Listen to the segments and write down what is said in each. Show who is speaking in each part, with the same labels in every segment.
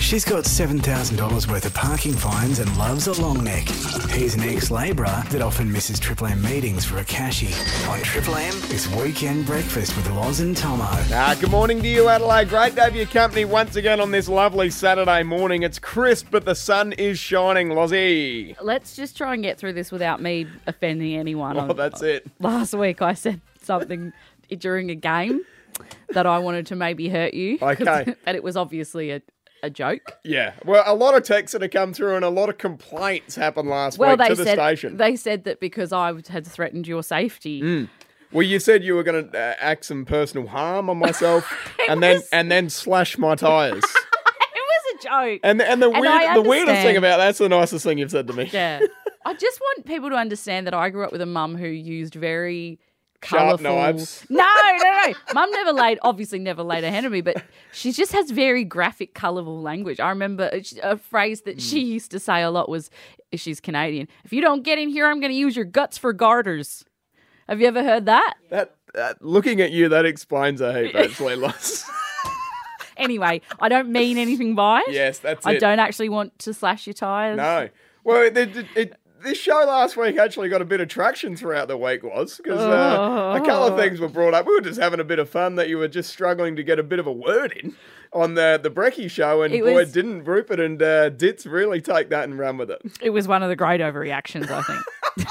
Speaker 1: She's got $7,000 worth of parking fines and loves a long neck. He's an ex labourer that often misses Triple M meetings for a cashie. On Triple M, it's Weekend Breakfast with Loz and Tomo.
Speaker 2: Ah, good morning to you, Adelaide. Great to have your company once again on this lovely Saturday morning. It's crisp, but the sun is shining, Lozzie.
Speaker 3: Let's just try and get through this without me offending anyone.
Speaker 2: Well,
Speaker 3: On-
Speaker 2: Oh, that's it.
Speaker 3: Last week I said something during a game that I wanted to maybe hurt you.
Speaker 2: Okay.
Speaker 3: and it was obviously a, a joke.
Speaker 2: Yeah. Well, a lot of texts that have come through and a lot of complaints happened last
Speaker 3: Well,
Speaker 2: week
Speaker 3: they
Speaker 2: to the
Speaker 3: said
Speaker 2: station. Mm.
Speaker 3: they said that because I had threatened your safety.
Speaker 2: well, you said you were going to uh, act some personal harm on myself and then
Speaker 3: was-
Speaker 2: and then slash my tyres.
Speaker 3: It was a joke.
Speaker 2: and and the,
Speaker 3: And
Speaker 2: weird,
Speaker 3: I
Speaker 2: the weirdest thing
Speaker 3: understand.
Speaker 2: about that's the nicest thing you've said to me.
Speaker 3: yeah. I just want people to understand that I grew up with a mum who used very
Speaker 2: Sharp
Speaker 3: colourful.
Speaker 2: knives.
Speaker 3: No, no, no. Mum never laid, obviously never laid a hand on me, but she just has very graphic, colourful language. I remember a, a phrase that she
Speaker 2: Hmm.
Speaker 3: used to say a lot was, "She's Canadian. If you don't get in here, I'm going to use your guts for garters." Have you ever heard that?
Speaker 2: That, that looking at you, that explains a heap, actually, Loz.
Speaker 3: Anyway, I don't mean anything by it.
Speaker 2: yes, that's
Speaker 3: I
Speaker 2: it.
Speaker 3: don't actually want to slash your tires.
Speaker 2: No. Well, it, it, it, this show last week actually got a bit of traction throughout the week, was because uh, a couple
Speaker 3: Oh.
Speaker 2: of things were brought up. We were just having a bit of fun that you were just struggling to get a bit of a word in on the the Brecky show, and
Speaker 3: It
Speaker 2: boy,
Speaker 3: was-
Speaker 2: didn't Rupert and uh, Ditz really take that and run with it.
Speaker 3: It was one of the great overreactions, I think.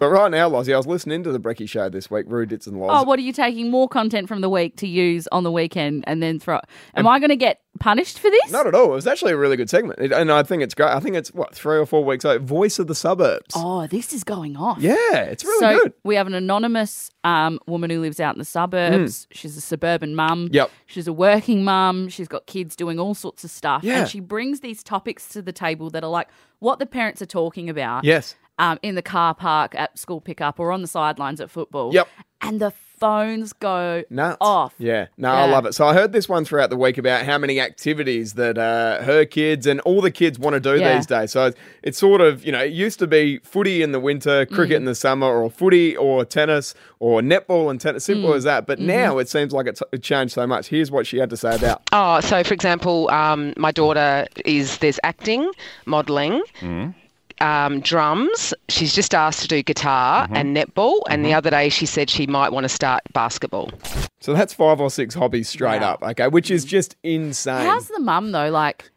Speaker 2: But right now, Lozzie, I was listening to the Brecky show this week, Rue Ditz and Loz.
Speaker 3: Oh, what are you taking more content from the week to use on the weekend and then throw? Am I going to get punished for this?
Speaker 2: Not at all. It was actually a really good segment, It- and I think it's great. I think it's what three or four weeks out. Voice of the suburbs.
Speaker 3: Oh, this is going off.
Speaker 2: Yeah, it's really
Speaker 3: so
Speaker 2: good.
Speaker 3: we have an anonymous um, woman who lives out in the suburbs. She's a suburban mum.
Speaker 2: Mm. Yep.
Speaker 3: She's a working mum. She's got kids doing all sorts of stuff,
Speaker 2: Yeah.
Speaker 3: and she brings these topics to the table that are like what the parents are talking about.
Speaker 2: Yes.
Speaker 3: um, in the car park at school pickup or on the sidelines at football.
Speaker 2: Yep.
Speaker 3: And the phones go
Speaker 2: Nuts.
Speaker 3: off.
Speaker 2: Yeah. No, I
Speaker 3: Yeah.
Speaker 2: love it. So I heard this one throughout the week about how many activities that uh, her kids and all the kids want to do
Speaker 3: Yeah.
Speaker 2: these days. So it's, it's sort of, you know, it used to be footy in the winter,
Speaker 3: Mm.
Speaker 2: cricket in the summer, or footy or tennis or netball and tennis, simple
Speaker 3: Mm.
Speaker 2: as that.
Speaker 3: Mm-hmm.
Speaker 2: But now it seems like it's it changed so much. Here's what she had to say about
Speaker 4: Oh, so for example, um, my daughter is there's acting, modelling, um, drums. She's just asked to do guitar and netball. And the other day, she said she might want to start basketball.
Speaker 2: So that's five or six hobbies straight
Speaker 3: Wow.
Speaker 2: up, okay, which is just insane.
Speaker 3: Mm. How's the mum though? Like,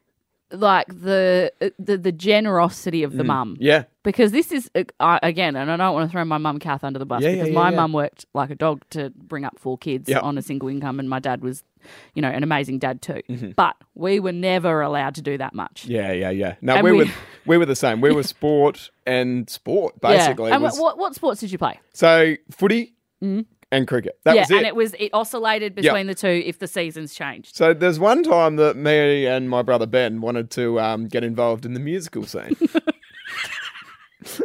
Speaker 3: like the the, the generosity of the
Speaker 2: Mm.
Speaker 3: mum.
Speaker 2: yeah.
Speaker 3: Because this is uh, I, again, and I don't want to throw my mum Kath under the bus
Speaker 2: Yeah, yeah,
Speaker 3: because
Speaker 2: yeah,
Speaker 3: my
Speaker 2: yeah.
Speaker 3: mum worked like a dog to bring up four kids
Speaker 2: Yeah.
Speaker 3: on a single income, and my dad was, you know, an amazing dad too. But we were never allowed to do that much.
Speaker 2: Mm-hmm. Yeah, yeah, yeah. No,
Speaker 3: And
Speaker 2: we,
Speaker 3: we-
Speaker 2: were we were the same. We were sport and sport basically.
Speaker 3: Yeah. And
Speaker 2: was-
Speaker 3: what, what sports did you play?
Speaker 2: So footy and cricket. That
Speaker 3: Mm. yeah,
Speaker 2: was it.
Speaker 3: and it was it oscillated between the two if the seasons changed.
Speaker 2: so there's one time that me and my brother Ben wanted to um, get involved in the musical scene.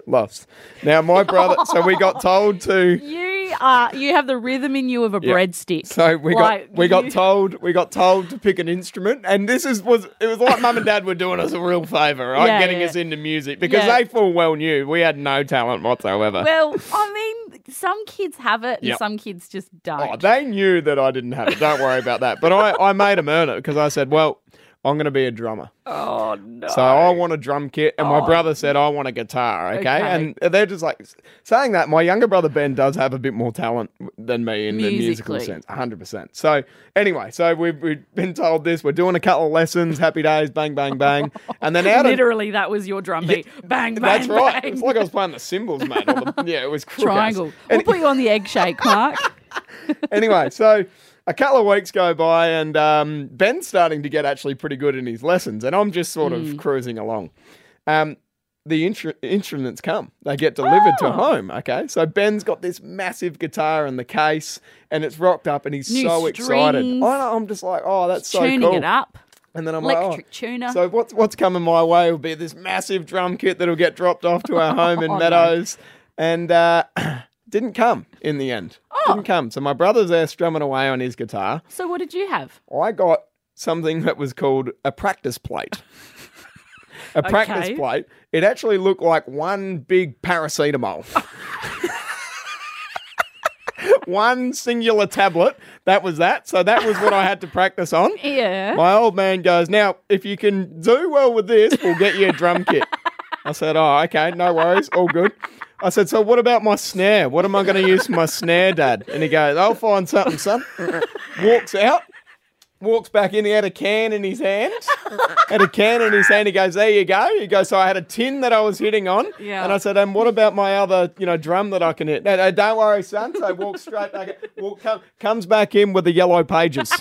Speaker 2: Lost. Now my brother. so we got told to.
Speaker 3: You are you have the rhythm in you of a breadstick.
Speaker 2: So we
Speaker 3: Like,
Speaker 2: got we got
Speaker 3: you-
Speaker 2: told we got told to pick an instrument, and this is was it was like mum and dad were doing us a real favour, right?
Speaker 3: Yeah,
Speaker 2: Getting
Speaker 3: yeah.
Speaker 2: us into music because
Speaker 3: Yeah.
Speaker 2: they full well knew we had no talent whatsoever.
Speaker 3: Well, I mean, some kids have it and
Speaker 2: Yep.
Speaker 3: some kids just
Speaker 2: Oh,
Speaker 3: don't.
Speaker 2: they knew that I didn't have it. Don't worry about that. But I, I made them earn it because I said, well, I'm going to be a drummer. Oh, no. So I want a drum kit. And my brother said, I want a guitar. Okay?
Speaker 3: Oh. Okay.
Speaker 2: And they're just like, saying that, my younger brother Ben does have a bit more talent than me in the musical
Speaker 3: Musically.
Speaker 2: sense, 100%. So anyway, so we've, we've been told this. We're doing a couple of lessons, happy days, bang, bang, bang. And then out of.
Speaker 3: Literally, that was your drum beat. Bang, bang,
Speaker 2: That's right.
Speaker 3: bang.
Speaker 2: It's like I was playing the cymbals, mate. or the- yeah, it was crook-ass.
Speaker 3: Triangle.
Speaker 2: And-
Speaker 3: We'll put you on the egg shake, Mark.
Speaker 2: anyway, so a couple of weeks go by, and um, Ben's starting to get actually pretty good in his lessons, and I'm just sort
Speaker 3: Hmm.
Speaker 2: of cruising along. Um, the intr- instruments come; they get delivered
Speaker 3: Oh.
Speaker 2: to home. Okay, so Ben's got this massive guitar in the case, and it's rocked up, and he's
Speaker 3: New
Speaker 2: so excited. I
Speaker 3: strings.
Speaker 2: know, I'm just like, oh, that's so
Speaker 3: Tuning
Speaker 2: cool.
Speaker 3: it up.
Speaker 2: And then I'm like,
Speaker 3: Electric
Speaker 2: oh.
Speaker 3: tuner.
Speaker 2: So what's what's coming my way will be this massive drum kit that'll get dropped off to our home in
Speaker 3: Oh, no.
Speaker 2: Meadows, and uh, didn't come in the end.
Speaker 3: Oh.
Speaker 2: Didn't come. So my brother's there strumming away on his guitar.
Speaker 3: So, what did you have?
Speaker 2: I got something that was called a practice plate. a practice
Speaker 3: Okay.
Speaker 2: plate. It actually looked like one big paracetamol. one singular tablet. That was that. So that was what I had to practice on.
Speaker 3: Yeah.
Speaker 2: My old man goes, Now, if you can do well with this, we'll get you a drum kit. I said, Oh, okay, no worries, all good. I said, So what about my snare? What am I going to use for my snare, Dad? And he goes, I'll find something, son. Walks out, walks back in. He had a can in his hand. had a can in his hand. He goes, There you go. He goes, So I had a tin that I was hitting on.
Speaker 3: Yeah.
Speaker 2: And I said, And what about my other, you know, drum that I can hit? No, no, don't worry, son. So walks straight back, in- walk, come, comes back in with the yellow pages.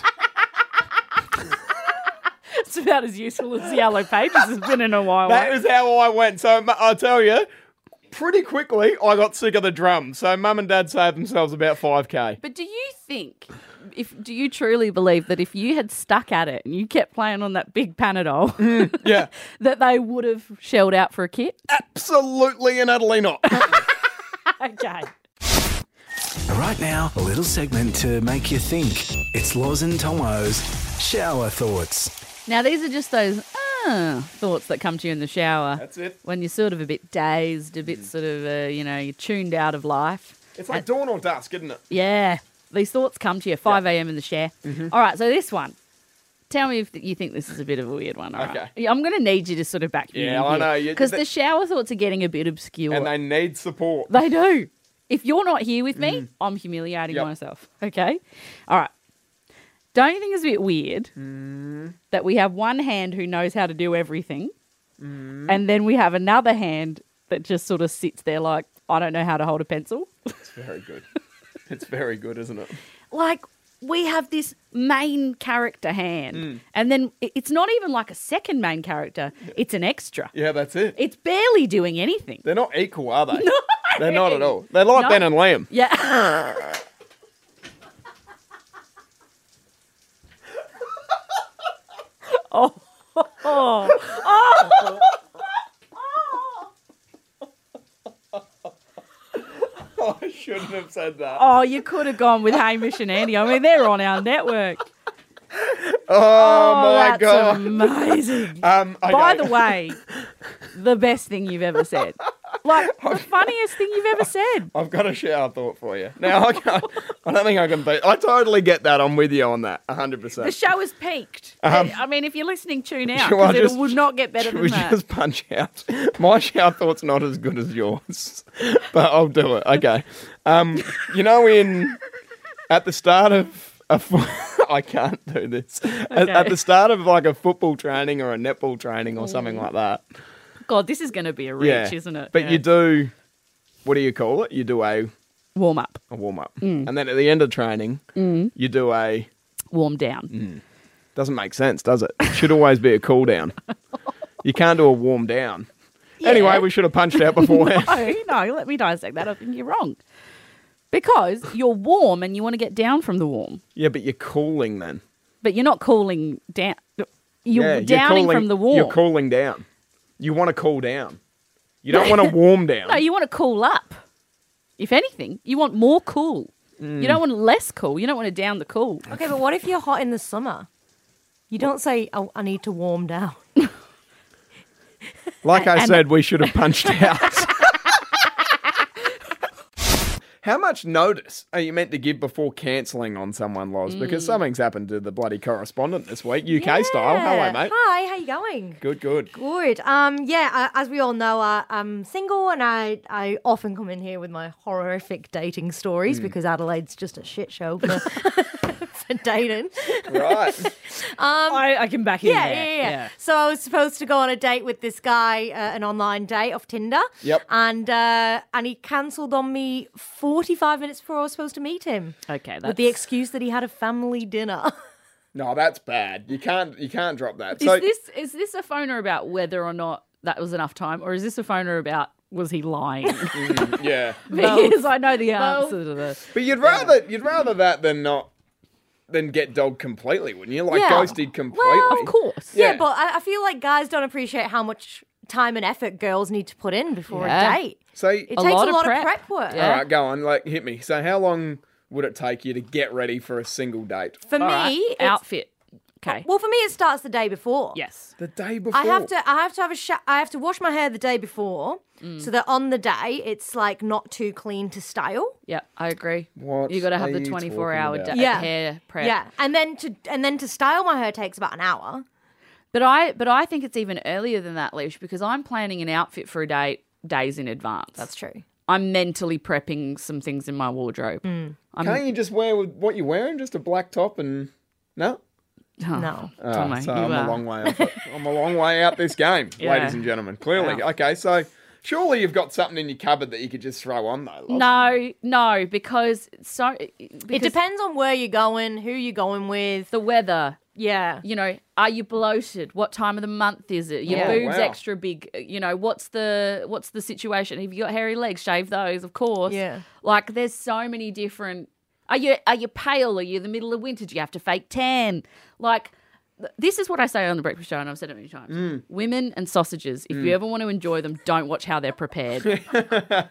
Speaker 3: It's about as useful as Yellow Pages has been in a while.
Speaker 2: That is how I went. So mu- I'll tell you, pretty quickly I got sick of the drum. So mum and dad saved themselves about five k.
Speaker 3: But do you think, if do you truly believe that if you had stuck at it and you kept playing on that big Panadol,
Speaker 2: Mm. Yeah,
Speaker 3: that they would have shelled out for a kit?
Speaker 2: absolutely and utterly not.
Speaker 3: okay.
Speaker 1: Right now, a little segment to make you think. It's Loz and Tomo's Shower Thoughts.
Speaker 3: Now these are just those ah, thoughts that come to you in the shower.
Speaker 2: That's it.
Speaker 3: When you're sort of a bit dazed, a
Speaker 2: Mm.
Speaker 3: bit sort of uh, you know you're tuned out of life.
Speaker 2: It's like dawn or dusk, isn't it?
Speaker 3: Yeah, these thoughts come to you 5 a.m. in the share.
Speaker 2: Mm-hmm.
Speaker 3: All right, so this one. Tell me if th- you think this is a bit of a weird one. all right?
Speaker 2: Okay.
Speaker 3: Yeah, I'm going to need you to sort of back me.
Speaker 2: Yeah, I know, you-
Speaker 3: Because
Speaker 2: th-
Speaker 3: the shower thoughts are getting a bit obscure.
Speaker 2: And they need support.
Speaker 3: They do. If you're not here with me, I'm humiliating
Speaker 2: Yep.
Speaker 3: myself. Okay? All right. Don't you think it's a bit weird that we have one hand who knows how to do everything, and then we have another hand that just sort of sits there like, I don't know how to hold a pencil?
Speaker 2: It's very good. It's very good, isn't it?
Speaker 3: like, we have this main character hand, and then i- it's not even like a second main character, it's an extra.
Speaker 2: Yeah, that's it.
Speaker 3: It's barely doing anything.
Speaker 2: They're not equal, are they? No. They're not at all. They're like
Speaker 3: No.
Speaker 2: Ben and Liam.
Speaker 3: Yeah. oh. oh.
Speaker 2: I shouldn't have said that.
Speaker 3: Oh, you could have gone with Hamish and Andy. I mean, they're on our network.
Speaker 2: Oh,
Speaker 3: Oh,
Speaker 2: my
Speaker 3: that's
Speaker 2: god.
Speaker 3: amazing.
Speaker 2: Um, okay.
Speaker 3: By the way, the best thing you've ever said. Like, the funniest thing you've ever said.
Speaker 2: I've got a shower thought for you. Now I can't, I don't think I can beat. I totally get that. I'm with you on that. 100. percent
Speaker 3: The show has peaked. I mean, if you're listening, tune out.
Speaker 2: Shall Um, I
Speaker 3: 'cause
Speaker 2: just-
Speaker 3: it would not get better
Speaker 2: Should
Speaker 3: than
Speaker 2: we
Speaker 3: that.
Speaker 2: just punch out? My shower thought's not as good as yours, but I'll do it. Okay. Um, you know, in at the start of a fo- I can't do this. At, at
Speaker 3: Okay.
Speaker 2: the start of like a football training or a netball training or something like that.
Speaker 3: God, this is going to be a reach,
Speaker 2: Yeah,
Speaker 3: isn't it?
Speaker 2: But
Speaker 3: Yeah.
Speaker 2: you do. What do you call it? You do a,
Speaker 3: warm up,
Speaker 2: a warm up,
Speaker 3: Mm.
Speaker 2: and then at the end of training, you do a.
Speaker 3: warm down.
Speaker 2: Mm. Doesn't make sense, does it? It should always be a cool down. You can't do a warm down. Anyway,
Speaker 3: Yeah.
Speaker 2: we should have punched out beforehand.
Speaker 3: no, no, let me dissect that. I think you're wrong. Because you're warm and you want to get down from the warm,
Speaker 2: Yeah, but you're cooling then.
Speaker 3: but you're not cooling down. You're
Speaker 2: yeah,
Speaker 3: downing from the warm.
Speaker 2: You're cooling down. You want to cool down. You don't want to warm down.
Speaker 3: no, you want to cool up. If anything, you want more cool. You don't want less cool. You don't want to down the cool.
Speaker 5: Okay, but what if you're hot in the summer? You don't say, oh, I need to warm down.
Speaker 2: like I
Speaker 3: and-
Speaker 2: said, we should have punched out. How much notice are you meant to give before cancelling on someone, Loz?
Speaker 3: Mm.
Speaker 2: Because something's happened to the bloody correspondent this week, UK style. Hello,
Speaker 5: Yeah.
Speaker 2: mate.
Speaker 5: Hi, how you going?
Speaker 2: Good, good.
Speaker 5: Good. Um, yeah, I, as we all know, I, I'm single and I, I often come in here with my horrific dating stories because Adelaide's just a shit show for, for dating.
Speaker 2: Right.
Speaker 3: I, I can back in
Speaker 5: Yeah,
Speaker 3: there.
Speaker 5: yeah, yeah, So I was supposed to go on a date with this guy, uh, an online date off Tinder.
Speaker 2: Yep.
Speaker 5: And uh, and he cancelled on me 45 minutes before I was supposed to meet him.
Speaker 3: Okay, that's
Speaker 5: With the excuse that he had a family dinner.
Speaker 2: no, that's bad. You can't you can't drop that.
Speaker 3: Is
Speaker 2: so
Speaker 3: this is this a phoner about whether or not that was enough time, or is this a phoner about was he lying?
Speaker 2: yeah.
Speaker 3: because I know the answer to this.
Speaker 2: But you'd rather you'd rather that than not than get dogged completely, wouldn't you? Like
Speaker 5: Yeah.
Speaker 2: ghosted completely.
Speaker 3: Of course.
Speaker 5: Yeah,
Speaker 2: Yeah.
Speaker 5: but I, I feel like guys don't appreciate how much time and effort girls need to put in before
Speaker 3: Yeah.
Speaker 5: a date.
Speaker 2: So
Speaker 5: It
Speaker 3: A
Speaker 5: takes
Speaker 3: lot
Speaker 5: a
Speaker 3: of
Speaker 5: lot
Speaker 3: prep.
Speaker 5: of prep work.
Speaker 3: Yeah.
Speaker 2: all right, go on, like hit me. So how long would it take you to get ready for a single date?
Speaker 5: For
Speaker 3: All
Speaker 5: me,
Speaker 3: right,
Speaker 5: it's-
Speaker 3: outfit. Okay.
Speaker 5: well, for me, it starts the day before.
Speaker 3: yes.
Speaker 2: The day before.
Speaker 5: I have to. I have to have a. Sh- I have to
Speaker 3: Mm.
Speaker 5: wash my hair the day before, so that on the day it's like not too clean to style.
Speaker 3: Yeah, I agree.
Speaker 2: What
Speaker 3: you got to have
Speaker 2: are
Speaker 3: the
Speaker 2: you
Speaker 3: 24
Speaker 2: talking
Speaker 3: hour
Speaker 2: about?
Speaker 3: da- hair prep.
Speaker 5: Yeah, and then to and then to style my hair takes about an hour.
Speaker 3: But I but I think it's even earlier than that, Leash, because I'm planning an outfit for a date days in advance.
Speaker 5: true.
Speaker 3: I'm mentally prepping some things in my wardrobe. I'm
Speaker 2: Can't you just wear with what you're wearing? Just a black top and no.
Speaker 3: Oh,
Speaker 5: No.
Speaker 3: Tomo,
Speaker 2: Ah, so
Speaker 3: you
Speaker 2: I'm
Speaker 3: are-
Speaker 2: a long way. Off it. I'm a long way out this game,
Speaker 3: Yeah.
Speaker 2: ladies and gentlemen. Clearly,
Speaker 3: Yeah.
Speaker 2: okay. So surely you've got something in your cupboard that you could just throw on though. love.
Speaker 3: No, no, because so
Speaker 5: It
Speaker 3: because
Speaker 5: depends on where you're going, who you're going with.
Speaker 3: the weather.
Speaker 5: Yeah.
Speaker 3: You know, are you bloated? What time of the month is it? Your
Speaker 2: Yeah. Oh,
Speaker 3: boobs
Speaker 2: wow.
Speaker 3: extra big. Uh, You know, what's the what's the situation? Have you got hairy legs? Shave those, of course.
Speaker 5: Yeah.
Speaker 3: Like, there's so many different. Are you are you pale? Are you in the middle of winter? Do you have to fake tan? Like, th- this is what I say on the breakfast show, and I've said it many times.
Speaker 2: Mm.
Speaker 3: Women and sausages. If you ever want to enjoy them, don't watch how they're prepared.
Speaker 2: Yeah,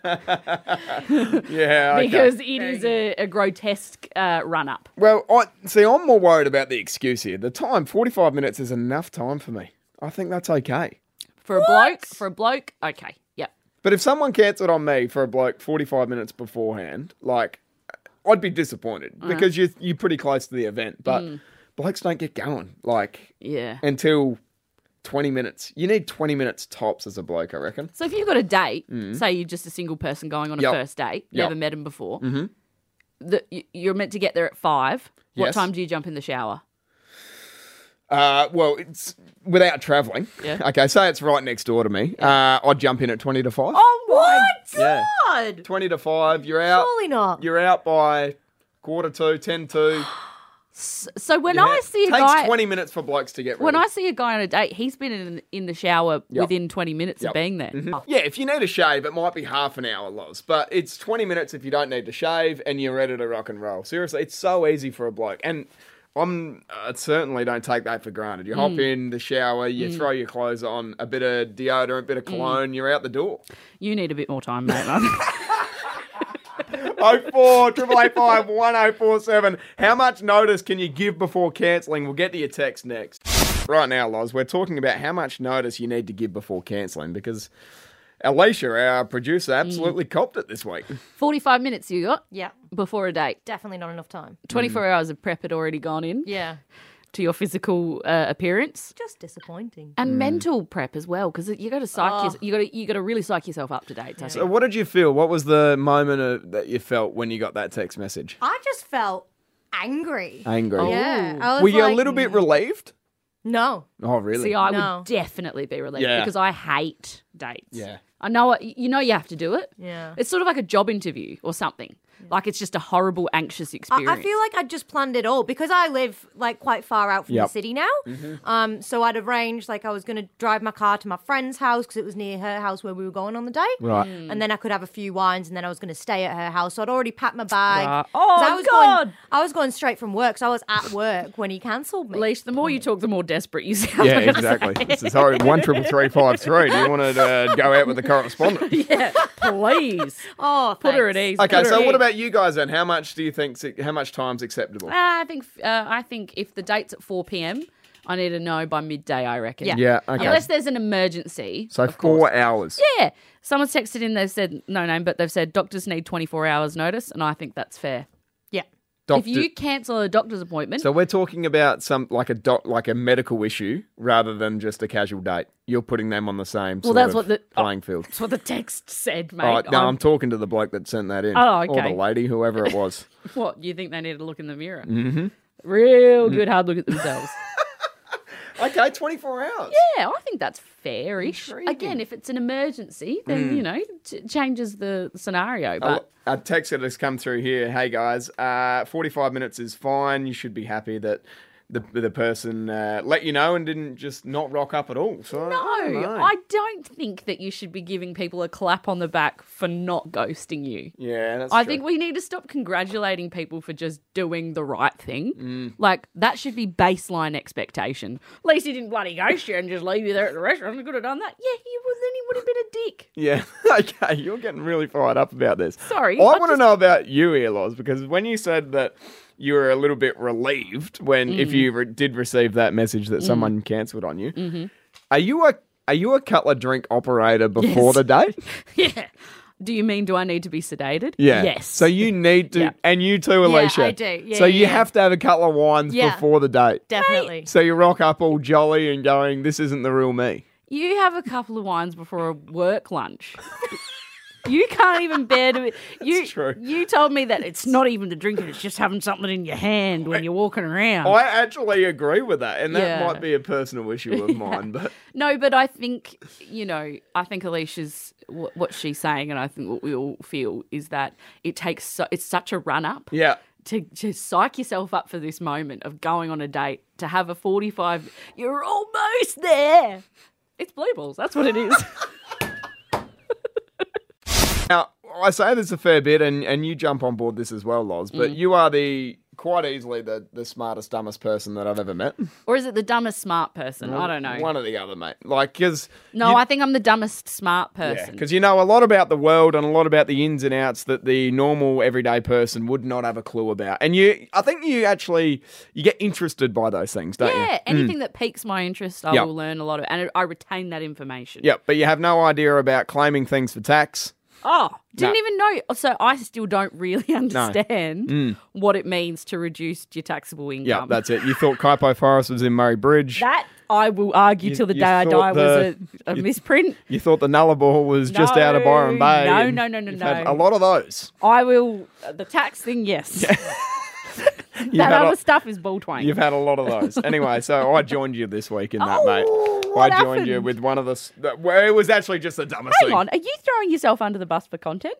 Speaker 2: okay.
Speaker 3: because it is a, a grotesque uh, run up.
Speaker 2: well, I see. I'm more worried about the excuse here. The time, 45 minutes, is enough time for me. I think that's okay.
Speaker 3: For a bloke, for a bloke, okay, yep.
Speaker 2: But if someone cancelled on me for a bloke 45 minutes beforehand, like, I'd be disappointed
Speaker 3: Mm.
Speaker 2: because you're, you're pretty close to the event. But blokes don't get going, like,
Speaker 3: Yeah.
Speaker 2: until 20 minutes. You need 20 minutes tops as a bloke, I reckon.
Speaker 3: So if you've got a date,
Speaker 2: Mm.
Speaker 3: say you're just a single person going on a
Speaker 2: Yep.
Speaker 3: first date,
Speaker 2: Yep.
Speaker 3: never met him before, the, y- you're meant to get there at five. What
Speaker 2: Mm-hmm. Yes.
Speaker 3: time do you jump in the shower?
Speaker 2: Uh, well, it's without travelling.
Speaker 3: Yeah.
Speaker 2: Okay, say it's right next door to me. Uh, I'd jump in at 20 to 5.
Speaker 5: Oh what?
Speaker 2: Yeah.
Speaker 5: God.
Speaker 2: 20 to 5, you're out.
Speaker 5: Surely not.
Speaker 2: You're out by quarter to, 10 to.
Speaker 3: So when
Speaker 2: Yeah.
Speaker 3: I see a
Speaker 2: Takes
Speaker 3: guy,
Speaker 2: 20 minutes for blokes to get ready.
Speaker 3: when I see a guy on a date, he's been in, in the shower within 20 minutes
Speaker 2: Yep.
Speaker 3: of being there. Oh,
Speaker 2: Yeah, if you need a shave, it might be half an hour, Loz, but it's 20 minutes if you don't need to shave and you're ready to rock and roll. Seriously, it's so easy for a bloke. And I'm I certainly don't take that for granted. You
Speaker 3: Hmm.
Speaker 2: hop in the shower, you throw your clothes on, a bit of deodorant, a bit of
Speaker 3: Hmm.
Speaker 2: cologne, you're out the door.
Speaker 3: You need a bit more time, mate. love.
Speaker 2: 04 885 1047. How much notice can you give before cancelling? We'll get to your text next. Right now, Loz, we're talking about how much notice you need to give before cancelling because Alicia, our producer,
Speaker 3: Mm.
Speaker 2: absolutely copped it this week.
Speaker 3: 45 minutes you got
Speaker 5: Yeah.
Speaker 3: before a
Speaker 2: Mm.
Speaker 3: date.
Speaker 5: Definitely not enough time.
Speaker 3: 24 hours of prep had already gone in
Speaker 5: Yeah.
Speaker 3: to your physical uh, appearance.
Speaker 5: Just disappointing.
Speaker 2: Mm.
Speaker 3: and mental prep as well because you got to psych
Speaker 2: Oh.
Speaker 3: your- you got to you got to really psych yourself up to date. I
Speaker 2: So
Speaker 3: think.
Speaker 2: what did you feel? What was the moment of, that you felt when you got that text message?
Speaker 5: I just felt angry.
Speaker 2: Angry.
Speaker 3: Oh,
Speaker 5: Yeah. I was
Speaker 2: Were you
Speaker 5: like,
Speaker 2: a little bit relieved?
Speaker 5: No.
Speaker 2: Oh, really?
Speaker 3: See, I
Speaker 5: No.
Speaker 3: would definitely be relieved
Speaker 2: Yeah.
Speaker 3: because I hate dates.
Speaker 2: Yeah.
Speaker 3: I know it- you know you have to do it.
Speaker 5: Yeah.
Speaker 3: It's sort of like a job interview or something. Like it's just a horrible anxious
Speaker 5: I,
Speaker 3: experience.
Speaker 5: I feel like I just planned it all because I live like quite far out from
Speaker 2: Yep.
Speaker 5: the city now. Um, so I'd arranged like I was going to drive my car to my friend's house because it was near her house where we were going on the date.
Speaker 2: Right.
Speaker 3: Mm.
Speaker 5: And then I could have a few wines, and then I was going to stay at her house. So I'd already packed my bag.
Speaker 3: Right.
Speaker 5: 'Cause
Speaker 3: Oh,
Speaker 5: I was
Speaker 3: God.
Speaker 5: Going, I was going straight from work, so I was at work when he cancelled me.
Speaker 3: Leash, the more you talk, the more desperate you sound.
Speaker 2: Yeah, exactly. This is sorry, one triple three five three. Do you want to uh, go out with the correspondent?
Speaker 3: yeah, please
Speaker 5: oh,
Speaker 3: put her at
Speaker 5: thanks.
Speaker 3: ease.
Speaker 2: Okay,
Speaker 3: put her at
Speaker 2: so
Speaker 3: ease.
Speaker 2: what about you guys then? How much do you think? How much time's acceptable?
Speaker 3: Ah, I think uh, I think if the date's at four p.m., I need to know by midday. I reckon.
Speaker 5: Yeah.
Speaker 2: Yeah, okay.
Speaker 3: Unless there's an emergency.
Speaker 2: So
Speaker 3: of
Speaker 2: four
Speaker 3: course.
Speaker 2: hours.
Speaker 3: Yeah. Someone's texted in, they've said no name, but they've said doctors need 24 hours notice, and I think that's fair.
Speaker 5: Yeah.
Speaker 2: Doctor-
Speaker 3: If you cancel a doctor's appointment,
Speaker 2: so we're talking about some like a doc, like a medical issue rather than just a casual date. You're putting them on the same.
Speaker 3: Well,
Speaker 2: sort
Speaker 3: that's
Speaker 2: of
Speaker 3: what the- oh,
Speaker 2: playing field.
Speaker 3: that's what the text said, mate.
Speaker 2: All right, no, I'm,
Speaker 3: I'm-
Speaker 2: talking to the bloke that sent that in.
Speaker 3: Oh,
Speaker 2: Or
Speaker 3: okay.
Speaker 2: the lady, whoever it was.
Speaker 3: what, you think they need to look in the mirror? Mm-hmm. Real good hard look at themselves.
Speaker 2: okay, 24 hours.
Speaker 3: yeah, I think that's fairish. Again, if it's an emergency, then, Mm. you know, t- changes the scenario. But
Speaker 2: A text that has come through here. Hey guys, uh, 45 minutes is fine. You should be happy that the the person uh, let you know and didn't just not rock up at all. So
Speaker 3: no,
Speaker 2: don't know.
Speaker 3: I don't think that you should be giving people a clap on the back for not ghosting you.
Speaker 2: yeah, that's
Speaker 3: I
Speaker 2: true.
Speaker 3: think we need to stop congratulating people for just doing the right thing. Like that should be baseline expectation. At least he didn't bloody ghost you and just leave you there at the restaurant. He could have done that. Yeah, he was. Then he would have been a dick.
Speaker 2: Yeah. okay. You're getting really fired up about this.
Speaker 3: Sorry,
Speaker 2: I,
Speaker 3: I
Speaker 2: want to
Speaker 3: just-
Speaker 2: know about you, Elos, because when you said that you were a little bit relieved when
Speaker 3: Mm.
Speaker 2: if you re- did receive that message that someone cancelled on you,
Speaker 3: Mm-hmm.
Speaker 2: are you a are you a cutler drink operator before
Speaker 3: Yes.
Speaker 2: the date?
Speaker 3: yeah, Do you mean do I need to be sedated?
Speaker 2: Yeah.
Speaker 3: Yes.
Speaker 2: So you need to,
Speaker 3: Yeah.
Speaker 2: and you too, Alicia.
Speaker 5: I do. Yeah,
Speaker 2: so
Speaker 5: yeah,
Speaker 2: you
Speaker 5: yeah.
Speaker 2: have to have a couple of wines
Speaker 5: Yeah.
Speaker 2: before the date.
Speaker 5: Definitely.
Speaker 2: So you rock up all jolly and going, this isn't the real me.
Speaker 3: You have a couple of wines before a work lunch. you can't even bear to. You,
Speaker 2: true.
Speaker 3: You told me that it's not even the drinking; it's just having something in your hand when you're walking around.
Speaker 2: I actually agree with that, and that
Speaker 3: Um, Yeah.
Speaker 2: might be a personal issue of mine, but
Speaker 3: no, but I think you know. I think Alicia's what, what she's saying, and I think what we all feel is that it takes. So, it's such a run up.
Speaker 2: yeah.
Speaker 3: to, to psych yourself up for this moment of going on a date to have a 45 you're almost there it's blue balls that's what it is
Speaker 2: Now, I say this a fair bit, and, and you jump on board this as well, Loz,
Speaker 3: Mm.
Speaker 2: but you are the quite easily the, the smartest, dumbest person that I've ever met.
Speaker 3: or is it the dumbest smart person i don't know
Speaker 2: One or the other, mate. Like, because.
Speaker 3: no i think i'm the dumbest smart person
Speaker 2: Because you know a lot about the world and a lot about the ins and outs that the normal everyday person would not have a clue about. And you, I think you actually you get interested by those things, don't you? Mm.
Speaker 3: yeah anything that piques my interest i
Speaker 2: Yeah.
Speaker 3: will learn a lot of and i retain that information
Speaker 2: Yeah, but you have no idea about claiming things for tax.
Speaker 3: oh didn't
Speaker 2: No.
Speaker 3: even know so i still don't really understand what it means to reduce your taxable income
Speaker 2: Mm. Yeah, that's it. You thought Kaipo Forest was in Murray Bridge.
Speaker 3: Um. that I will argue
Speaker 2: You-
Speaker 3: till the
Speaker 2: you
Speaker 3: day I die
Speaker 2: thought
Speaker 3: was
Speaker 2: the-
Speaker 3: a, a
Speaker 2: you-
Speaker 3: misprint.
Speaker 2: you thought the Nullarbor was just out of Byron
Speaker 3: No,
Speaker 2: Bay.
Speaker 3: no,
Speaker 2: and
Speaker 3: no, no, no,
Speaker 2: you've had
Speaker 3: no.
Speaker 2: A lot of those.
Speaker 3: I will. uh, The tax thing, yes.
Speaker 2: You've had
Speaker 3: that
Speaker 2: a-
Speaker 3: other stuff is ball twang.
Speaker 2: You've had a lot of those. anyway, so I joined you this week in that,
Speaker 3: Oh,
Speaker 2: mate.
Speaker 3: what
Speaker 2: I joined you
Speaker 3: happened?
Speaker 2: with one of the. s- that- Well, it was actually just the dumbest
Speaker 3: Hang
Speaker 2: thing.
Speaker 3: on, are you throwing yourself under the bus for content?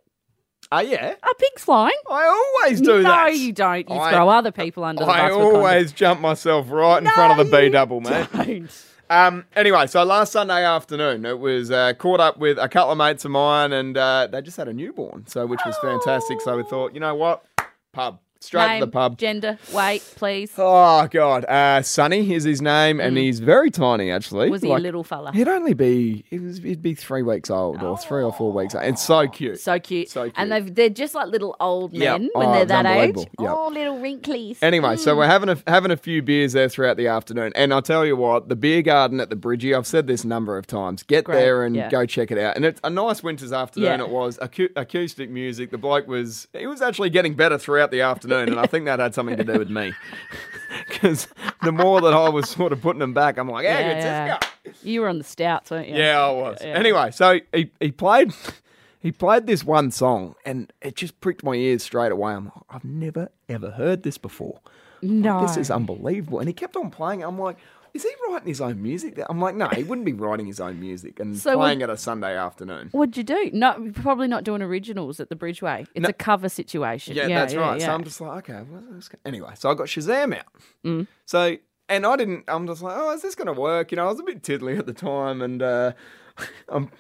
Speaker 2: Oh, yeah.
Speaker 3: Are pigs flying?
Speaker 2: I always do
Speaker 3: no,
Speaker 2: that.
Speaker 3: you don't. You
Speaker 2: I-
Speaker 3: throw other people under the
Speaker 2: I
Speaker 3: bus for content.
Speaker 2: always jump myself right in front of the B double, mate.
Speaker 3: Don't.
Speaker 2: Um, anyway, so last Sunday afternoon, it was uh, caught up with a couple of mates of mine, and uh, they just had a newborn, so which
Speaker 3: Oh.
Speaker 2: was fantastic. So we thought, you know what, pub, straight
Speaker 3: Name,
Speaker 2: to the pub.
Speaker 3: Gender, weight, please.
Speaker 2: Oh God, uh, Sonny is his name, and he's very tiny actually.
Speaker 3: Mm. Was he
Speaker 2: Like,
Speaker 3: a little fella?
Speaker 2: He'd only be it was he'd be three weeks old or three or four weeks. old. It's so cute.
Speaker 3: Oh, So cute.
Speaker 2: So cute.
Speaker 3: And they've, they're just like little old
Speaker 2: Yeah.
Speaker 3: men when
Speaker 2: Oh,
Speaker 3: they're
Speaker 2: it's
Speaker 3: that age.
Speaker 2: unbelievable. Yeah.
Speaker 3: Oh, little wrinklies.
Speaker 2: Anyway,
Speaker 3: Mm.
Speaker 2: so we're having a having a few beers there throughout the afternoon, and I'll tell you what, the beer garden at the Bridgie. I've said this a number of times. Get
Speaker 3: Great,
Speaker 2: there and
Speaker 3: yeah.
Speaker 2: go check it out. And it's a nice winter's afternoon.
Speaker 3: Yeah.
Speaker 2: It was Acu- acoustic music. The bloke was he was actually getting better throughout the afternoon, and I think that had something to do with me because the more that I was sort of putting him back, I'm like, hey,
Speaker 3: Yeah,
Speaker 2: it's
Speaker 3: yeah. You were on the stouts, weren't you?
Speaker 2: yeah, I was.
Speaker 3: Yeah.
Speaker 2: Anyway, so he, he played he played this one song and it just pricked my ears straight away. I'm like, I've never ever heard this before.
Speaker 3: No.
Speaker 2: This is unbelievable. And he kept on playing. it. I'm like, is he writing his own music? I'm like, no, he wouldn't be writing his own music and
Speaker 3: So
Speaker 2: playing
Speaker 3: would-
Speaker 2: it a Sunday afternoon.
Speaker 3: What'd you do? No, probably not doing originals at the Bridgeway. It's a cover situation.
Speaker 2: Yeah, that's right. So
Speaker 3: yeah.
Speaker 2: I'm just like, okay. Well, that's good. anyway, so I got Shazam out.
Speaker 3: Mm.
Speaker 2: So and I didn't. I'm just like, oh, is this going to work? You know, I was a bit tiddly at the time, and uh, I'm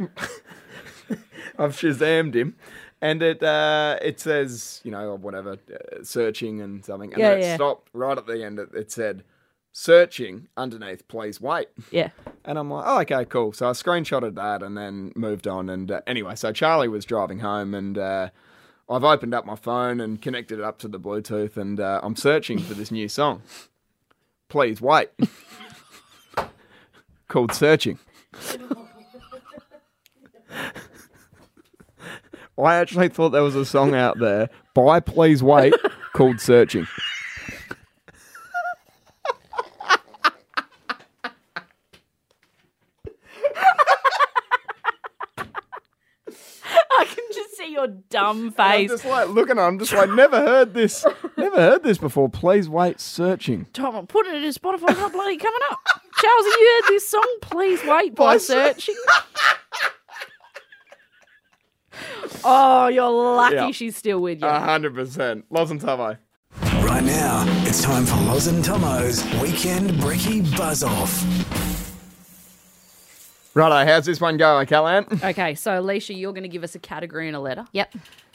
Speaker 2: I've Shazammed him, and it uh, it says you know whatever uh, searching and something, and
Speaker 3: Yeah,
Speaker 2: then it
Speaker 3: yeah.
Speaker 2: stopped right at the end. It, it said searching underneath. Please wait.
Speaker 3: yeah.
Speaker 2: And I'm like, oh, okay, cool. So I screenshotted that and then moved on. And uh, anyway, so Charlie was driving home and uh, I've opened up my phone and connected it up to the Bluetooth and uh, I'm searching for this new song. Please wait. Called Searching. I actually thought there was a song out there by Please Wait called Searching.
Speaker 3: I can just see your dumb
Speaker 2: I'm
Speaker 3: face.
Speaker 2: just like looking, I'm just like, never heard this, never heard this before. Please wait, searching.
Speaker 3: Tom, I'm putting it in Spotify. Not bloody coming up. Charles, have you heard this song? Please wait
Speaker 2: By
Speaker 3: by searching. oh, you're lucky
Speaker 2: Yeah.
Speaker 3: she's still with you.
Speaker 2: A hundred percent. Loves and Tavo.
Speaker 1: Right now, it's time for Loz and Tomo's Weekend Brekkie Buzz Off.
Speaker 2: Righto, how's this one going, Callahan?
Speaker 3: okay, so Alicia, you're going to give us a category and a letter.
Speaker 5: Yep.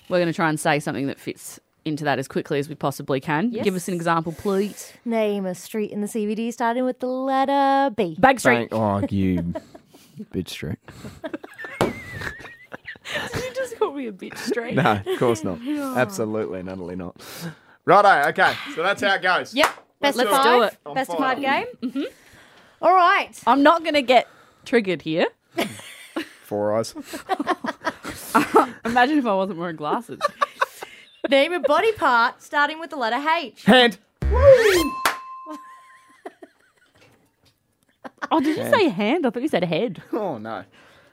Speaker 3: We're going to try and say something that fits into that as quickly as we possibly can.
Speaker 5: Yes.
Speaker 3: Give us an example, please.
Speaker 5: Name a street in the CBD starting with the letter B.
Speaker 3: Bag Street.
Speaker 2: oh, you bitch street.
Speaker 3: You just called me a bitch straight.
Speaker 2: No, of course not. Absolutely, totally not. Righto, okay. So that's how it goes.
Speaker 3: Yep.
Speaker 5: Best
Speaker 3: Let's do
Speaker 5: of five.
Speaker 3: it.
Speaker 2: I'm
Speaker 5: Best of
Speaker 2: fired
Speaker 5: five game. Mm-hmm. All right.
Speaker 3: I'm not going to get triggered here.
Speaker 2: Four eyes.
Speaker 3: Imagine if I wasn't wearing glasses.
Speaker 5: Name a body part starting with the letter H.
Speaker 2: Hand.
Speaker 3: Oh, did you say hand? I thought you said head.
Speaker 2: Oh no,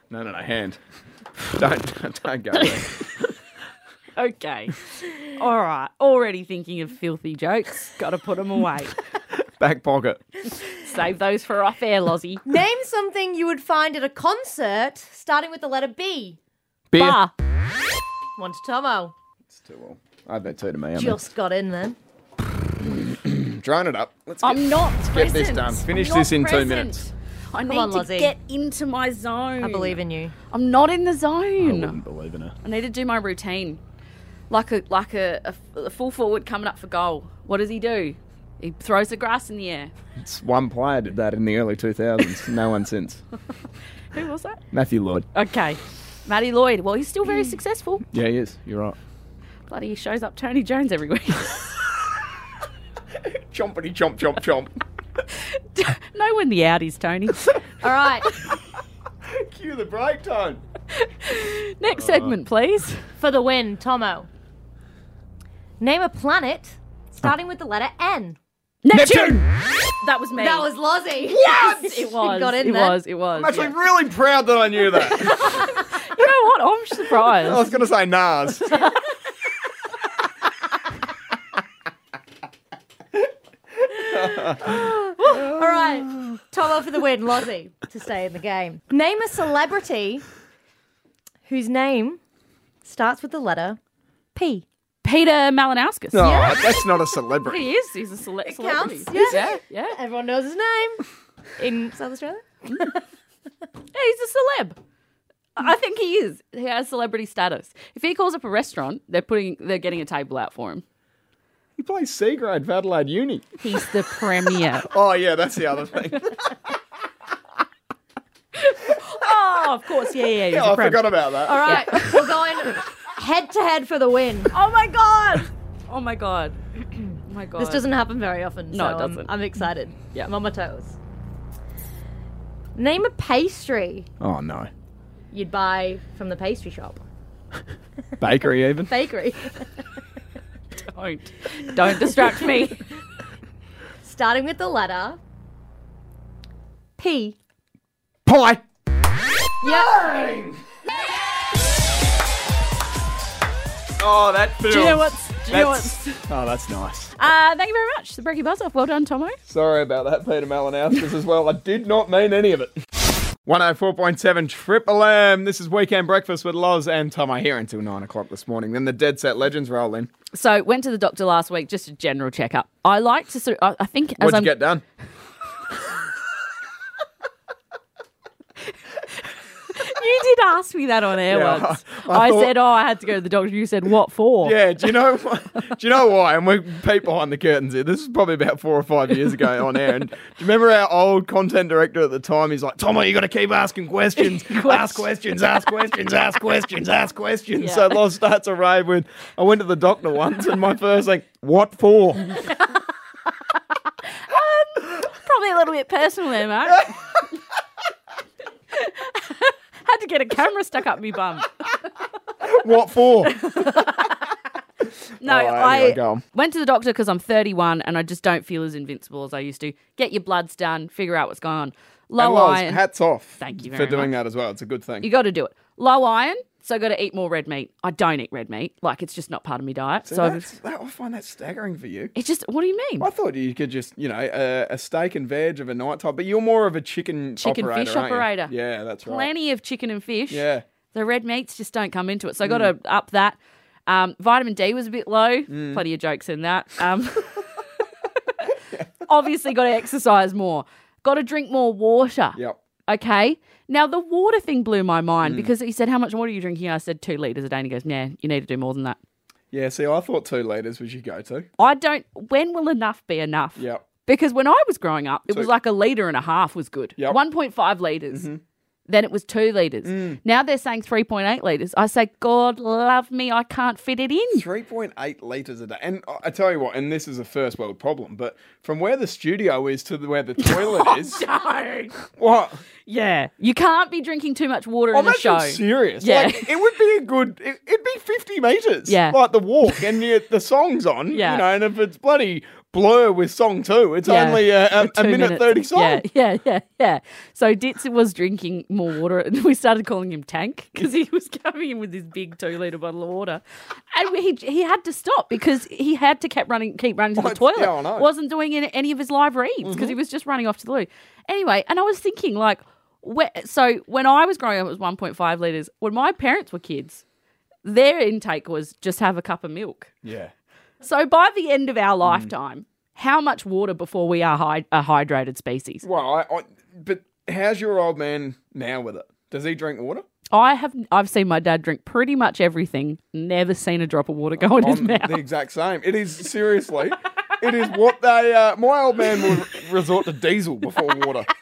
Speaker 2: no, no, no. Hand. don't don't go there.
Speaker 3: Okay. All right. Already thinking of filthy jokes. Got to put them away.
Speaker 2: Back pocket.
Speaker 3: Save those for off air, Lozzie.
Speaker 5: Name something you would find at a concert starting with the letter B.
Speaker 2: Beer.
Speaker 3: Bar.
Speaker 5: One to Tomo.
Speaker 2: It's too long. I had that too to me. I'm
Speaker 5: Just got in then.
Speaker 2: drawing it up. Let's
Speaker 3: I'm not
Speaker 2: get
Speaker 3: present.
Speaker 2: this done. Finish
Speaker 3: I'm not
Speaker 2: this in two
Speaker 3: present.
Speaker 2: minutes.
Speaker 3: I need
Speaker 5: on,
Speaker 3: to
Speaker 5: Lozzie.
Speaker 3: get into my zone.
Speaker 5: I believe in you.
Speaker 3: I'm not in the zone.
Speaker 2: I'm believing her.
Speaker 3: I need to do my routine, like a like a, a- a full forward coming up for goal. What does he do? He throws the grass in the air.
Speaker 2: It's one player did that in the early 2000s. no one since.
Speaker 3: Who was that?
Speaker 2: Matthew Lloyd.
Speaker 3: Okay, Matty Lloyd. Well, he's still
Speaker 2: Mm.
Speaker 3: very successful.
Speaker 2: Yeah, he is. You're right.
Speaker 3: Bloody he shows up Tony Jones every week.
Speaker 2: Chompity chomp chomp chomp.
Speaker 3: no when the out is Tony.
Speaker 5: All right.
Speaker 2: Cue the break tone.
Speaker 3: Next segment, please.
Speaker 5: For the win, Tomo. Name a planet starting with the letter N.
Speaker 3: Neptune. That was me.
Speaker 5: That was Lozzie. Yes!
Speaker 3: It was.
Speaker 5: got in
Speaker 3: it
Speaker 5: there.
Speaker 3: was. It was.
Speaker 2: I'm actually
Speaker 3: yeah.
Speaker 2: really proud that I knew that.
Speaker 3: You know what? I'm surprised.
Speaker 2: I was going to say Nas.
Speaker 5: All right. Tomo for the win, Lozzie to stay in the game. Name a celebrity whose name starts with the letter P.
Speaker 3: Peter Malinowskis.
Speaker 2: No, that's not a celebrity.
Speaker 3: He is. He's a cele- celebrity.
Speaker 5: counts, yeah.
Speaker 3: yeah, yeah. Yeah,
Speaker 5: Everyone knows his name in South Australia.
Speaker 3: He's a celeb. I think he is. He has celebrity status. If he calls up a restaurant, they're putting they're getting a table out for him.
Speaker 2: He plays C grade for Adelaide Uni.
Speaker 3: He's the premier.
Speaker 2: Oh, yeah, that's the other thing.
Speaker 3: oh, of course, yeah, yeah. He's
Speaker 2: Oh,
Speaker 3: a
Speaker 2: I
Speaker 3: prem.
Speaker 2: forgot about that.
Speaker 5: All right. We're going head to head for the win.
Speaker 3: Oh my god. Oh my god. Oh my god.
Speaker 5: This doesn't happen very often.
Speaker 3: No,
Speaker 5: so
Speaker 3: it
Speaker 5: I'm-
Speaker 3: doesn't.
Speaker 5: I'm, excited.
Speaker 3: Yeah.
Speaker 5: I'm on my toes. Name a pastry
Speaker 2: Oh, no.
Speaker 5: you'd buy from the pastry shop.
Speaker 2: Bakery, even.
Speaker 5: Bakery.
Speaker 3: don't don't distract me.
Speaker 5: Starting with the letter P.
Speaker 2: Pie.
Speaker 5: Yep.
Speaker 2: Oh, that feels.
Speaker 3: Do you know what's? Do you know what's?
Speaker 2: That's- Oh, that's nice.
Speaker 3: Uh, thank you very much. The breaky buzz off. Well done, Tomo.
Speaker 2: Sorry about that, Peter Malinowskis, as well. I did not mean any of it. 104.7 Triple M. This is Weekend Breakfast with Loz and Tom. I here until 9 o'clock this morning. Then the Dead Set Legends roll in.
Speaker 3: So went to the doctor last week, just a general checkup. I like to. sort- I I think as
Speaker 2: What'd
Speaker 3: I'm
Speaker 2: you get done?
Speaker 3: You did ask me that on air
Speaker 2: Yeah,
Speaker 3: once.
Speaker 2: I-
Speaker 3: I,
Speaker 2: I thought-
Speaker 3: said, "Oh, I had to go to the doctor." You said, "What for?"
Speaker 2: Yeah, do you know why? Do you know why? And we peep behind the curtains here. This is probably about four or five years ago on air. And do you remember our old content director at the time? He's like, Tomo, you got to keep asking questions. ask questions, ask questions, ask questions, ask questions. So Loz starts a rave with, I went to the doctor once and my first thing, what for?
Speaker 3: Probably a little bit personal there, mate. had to get a camera stuck up my bum.
Speaker 2: What for?
Speaker 3: No,
Speaker 2: All right, anyway,
Speaker 3: I
Speaker 2: go on.
Speaker 3: went to the doctor because I'm 31 and I just don't feel as invincible as I used to. Get your bloods done, figure out what's going on. Low
Speaker 2: And Loz,
Speaker 3: iron.
Speaker 2: hats off.
Speaker 3: Thank you
Speaker 2: for
Speaker 3: very
Speaker 2: doing that as well. It's a good thing.
Speaker 3: you got to do it. Low iron, so I got to eat more red meat. I don't eat red meat. Like it's just not part of my diet. So, I've-
Speaker 2: That's- that, I find that staggering for you.
Speaker 3: it's just what do you mean?
Speaker 2: I thought you could just, you know, a, a steak and veg of a night type, but you're more of a chicken
Speaker 3: Chicken
Speaker 2: operator,
Speaker 3: fish
Speaker 2: aren't you?
Speaker 3: operator.
Speaker 2: Yeah, that's right.
Speaker 3: Plenty of chicken and fish.
Speaker 2: Yeah. Mm.
Speaker 3: The red meats just don't come into it. So I got to up that. Um, vitamin D was a bit low.
Speaker 2: Mm.
Speaker 3: Plenty of jokes in that. Um, obviously, got to exercise more. Got to drink more water.
Speaker 2: Yep. Mm.
Speaker 3: Okay. Now, the water thing blew my mind because he said, How much water are you drinking? I said, Two litres a day. And he goes, Nah, you need to do more than that.
Speaker 2: Yeah, see, I thought two litres was your go to.
Speaker 3: I don't, when will enough be enough?
Speaker 2: Yep.
Speaker 3: Because when I was growing up, it was
Speaker 2: Two.
Speaker 3: like a litre and a half was good.
Speaker 2: Yep.
Speaker 3: 1.5 litres. Then it was two litres. Now they're saying 3.8 litres. I say, God love me, I can't fit it in.
Speaker 2: 3.8 litres a day. And I- I tell you what, and this is a first
Speaker 3: Oh,
Speaker 2: world problem, but from where the studio is to the, where the toilet is.
Speaker 3: Don't.
Speaker 2: What?
Speaker 3: Yeah, you can't be drinking too much water in
Speaker 2: I'm
Speaker 3: the show.
Speaker 2: actually serious.
Speaker 3: Yeah.
Speaker 2: Like, it would be a good, it, it'd be 50 metres.
Speaker 3: Yeah.
Speaker 2: Like the walk and you, the song's on,
Speaker 3: Yeah.
Speaker 2: you know, and if it's bloody blur with song two, it's
Speaker 3: Yeah.
Speaker 2: only a, a,
Speaker 3: For
Speaker 2: a
Speaker 3: two
Speaker 2: minute
Speaker 3: minutes.
Speaker 2: 30 song.
Speaker 3: Yeah, yeah, yeah, yeah. So Ditz was drinking more water, and we started calling him Tank because he was coming in with this big two-liter bottle of water, and we, he he had to stop because he had to keep running, keep running to
Speaker 2: Oh,
Speaker 3: the
Speaker 2: it's-
Speaker 3: toilet.
Speaker 2: yeah, I know. Mm-hmm.
Speaker 3: Wasn't doing any, any of his live reads because he was just running off to the loo. Anyway, and I was thinking like, where, so when I was growing up, it was one point five liters. When my parents were kids, their intake was just have a cup of milk.
Speaker 2: Yeah.
Speaker 3: So by the end of
Speaker 2: Hmm.
Speaker 3: our lifetime, how much water before we are hy- a hydrated species?
Speaker 2: Well, I, I, but how's your old man now with it? Does he drink water?
Speaker 3: I have I've seen my dad drink pretty much everything. Never seen a drop of water go in his
Speaker 2: I'm
Speaker 3: mouth.
Speaker 2: the exact same. It is seriously, it is what they. Uh, my old man will resort to diesel before water.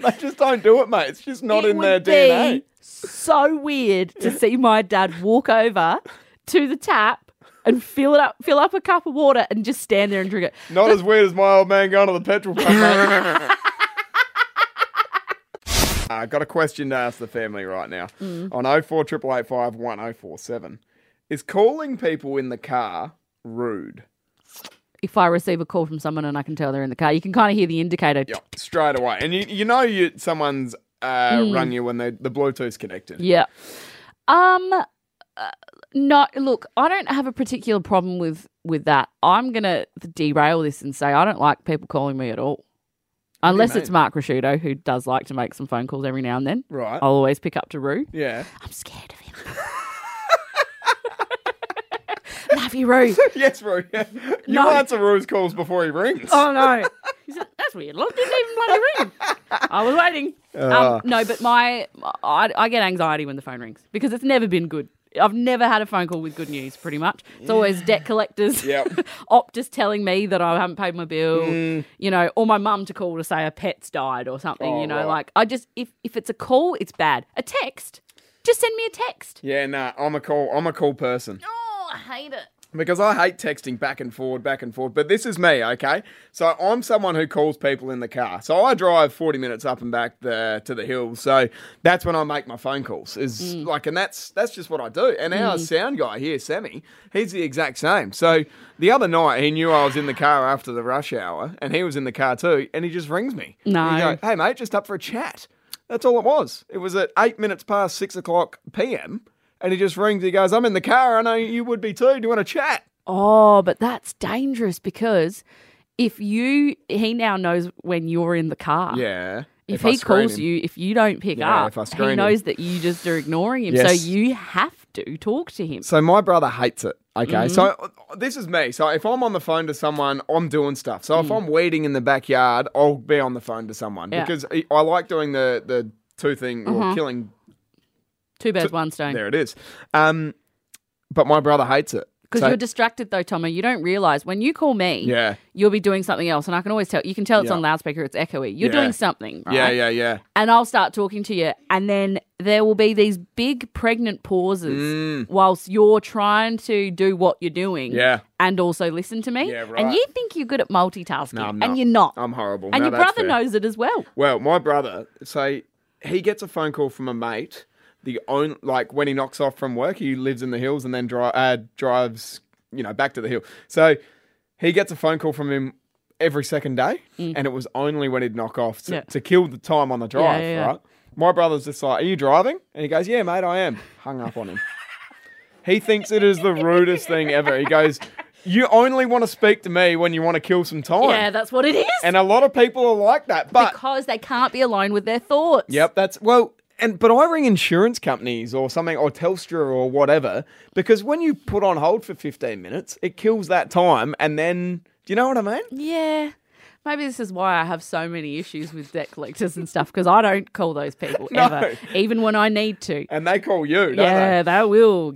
Speaker 2: they just don't do it, mate. It's just not
Speaker 3: it
Speaker 2: in
Speaker 3: would
Speaker 2: their DNA.
Speaker 3: be so weird to see my dad walk over to the tap and fill it up, fill up a cup of water, and just stand there and drink it.
Speaker 2: Not as weird as my old man going to the petrol pump. mate. I got a question to ask the family right now
Speaker 3: Mm.
Speaker 2: on 04 888 1047. Is calling people in the car rude?
Speaker 3: If I receive a call from someone and I can tell they're in the car, you can kind of hear the indicator.
Speaker 2: Yeah, straight away. And you, you know you someone's uh, rung you when they, the Bluetooth's connected.
Speaker 3: Hmm. Yeah. Um. uh, No, look, I don't have a particular problem with with that. I'm gonna derail this and say I don't like people calling me at all, unless it's
Speaker 2: mean?
Speaker 3: Mark Rashudo who does like to make some phone calls every now and then.
Speaker 2: Right.
Speaker 3: I'll always pick up to Rue.
Speaker 2: Yeah.
Speaker 3: I'm scared of him. Love you, Rue.
Speaker 2: yes, Roo. Yeah. You
Speaker 3: No.
Speaker 2: answer Roo's calls before he rings.
Speaker 3: Oh no. He's like, That's weird. Look, didn't even bloody ring. I was waiting.
Speaker 2: Uh.
Speaker 3: Um, no, but my I, I get anxiety when the phone rings because it's never been good. I've never had a phone call with good news. Pretty much, it's always debt collectors,
Speaker 2: Yep. Mm.
Speaker 3: Optus telling me that I haven't paid my bill, you know, or my mum to call to say her pet's died or something.
Speaker 2: Oh,
Speaker 3: you know,
Speaker 2: right.
Speaker 3: like I just if if it's a call, it's bad. A text, just send me a text.
Speaker 2: Yeah, nah, I'm a call I'm a call person.
Speaker 3: Oh, I hate it.
Speaker 2: Because I hate texting back and forward, back and forward. But this is me, okay? So I'm someone who calls people in the car. So I drive 40 minutes up and back the, to the hills. So that's when I make my phone calls. Is like, and that's that's just what I do. And our sound guy here, Sammy, he's the exact same. So the other night, he knew I was in the car after the rush hour, and he was in the car too. And he just rings me.
Speaker 3: No.
Speaker 2: He go, hey mate, just up for a chat. That's all it was. It was at eight minutes past six o'clock p.m. And he just rings. He goes, "I'm in the car. I know you would be too. Do you want to chat?"
Speaker 3: Oh, but that's dangerous because if you he now knows when you're in the car.
Speaker 2: Yeah.
Speaker 3: If,
Speaker 2: I
Speaker 3: he
Speaker 2: screen
Speaker 3: calls
Speaker 2: him.
Speaker 3: you, if you don't pick
Speaker 2: Yeah,
Speaker 3: up,
Speaker 2: if I screen
Speaker 3: he
Speaker 2: him.
Speaker 3: knows that you just are ignoring him. So
Speaker 2: Yes.
Speaker 3: you have to talk to him.
Speaker 2: So my brother hates it. Okay, so uh, this is me. So if I'm on the phone to someone, I'm doing stuff. So if I'm weeding in the backyard, I'll be on the phone to someone
Speaker 3: Mm. Yeah. Mm-hmm.
Speaker 2: because I- I like doing the the two thing or killing.
Speaker 3: Two birds, one stone.
Speaker 2: There it is. Um, but my brother hates it
Speaker 3: Because
Speaker 2: So-
Speaker 3: you're distracted though, Tomo. You don't realize when you call me,
Speaker 2: Yeah.
Speaker 3: you'll be doing something else, and I can always tell. You can tell it's
Speaker 2: Yeah.
Speaker 3: on loudspeaker. It's echoey. You're
Speaker 2: Yeah.
Speaker 3: doing something, right?
Speaker 2: Yeah, yeah, yeah.
Speaker 3: and I'll start talking to you, and then there will be these big pregnant pauses whilst you're trying to do what you're doing,
Speaker 2: Mm. Yeah.
Speaker 3: and also listen to me.
Speaker 2: Yeah,
Speaker 3: And
Speaker 2: right.
Speaker 3: you think you're good at multitasking,
Speaker 2: No, I'm
Speaker 3: and
Speaker 2: not.
Speaker 3: you're not.
Speaker 2: I'm horrible.
Speaker 3: and
Speaker 2: No,
Speaker 3: your
Speaker 2: that's
Speaker 3: brother
Speaker 2: fair.
Speaker 3: knows it as well.
Speaker 2: Well, my brother, so he gets a phone call from a mate. The own like when he knocks off from work, he lives in the hills and then dri- uh, drives, you know, back to the hill. So he gets a phone call from him every second day, and it was only when he'd knock off to,
Speaker 3: Mm. Yeah.
Speaker 2: to kill the time on the drive,
Speaker 3: yeah, yeah.
Speaker 2: right? My brother's just like, "Are you driving?" And he goes, "Yeah, mate, I am." Hung up on him. He thinks it is the rudest thing ever. He goes, "You only want to speak to me when you want to kill some time."
Speaker 3: Yeah, that's what it is.
Speaker 2: and a lot of people are like that, but
Speaker 3: because they can't be alone with their thoughts.
Speaker 2: Uh, Yep, that's well. And but I ring insurance companies or something or Telstra or whatever because when you put on hold for 15 minutes, it kills that time and then do you know what I mean?
Speaker 3: Yeah. Maybe this is why I have so many issues with debt collectors and stuff because I don't call those people
Speaker 2: No.
Speaker 3: ever, even when I need to.
Speaker 2: And they call you, don't
Speaker 3: Yeah, Mm. they will.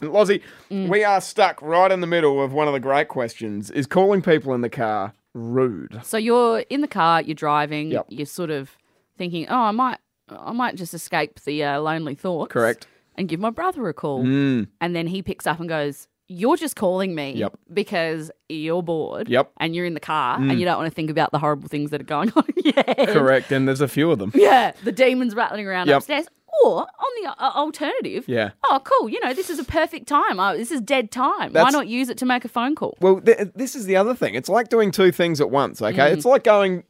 Speaker 2: they? Lozzie, we are stuck right in the middle of one of the great questions is calling people in the car rude?
Speaker 3: So you're in the car, you're driving,
Speaker 2: Yep.
Speaker 3: you're sort of thinking, "Oh, I might, I might just escape the uh, lonely thoughts."
Speaker 2: Correct. Mm.
Speaker 3: And give my brother a call, and then he picks up and goes, you're just calling me
Speaker 2: Yep.
Speaker 3: because you're bored
Speaker 2: Yep. Mm.
Speaker 3: and you're in the car and you don't want to think about the horrible things that are going on in your head.
Speaker 2: Correct, and there's a few of them.
Speaker 3: Yeah, the demons rattling around
Speaker 2: Yep.
Speaker 3: upstairs. Or on the uh, alternative,
Speaker 2: Yeah.
Speaker 3: oh, cool, you know, this is a perfect time. Oh, this is dead time. Why
Speaker 2: That's-
Speaker 3: not use it to make a phone call?
Speaker 2: Well, th- this is the other thing. It's like doing two things at once, okay?
Speaker 3: Mm.
Speaker 2: It's like going,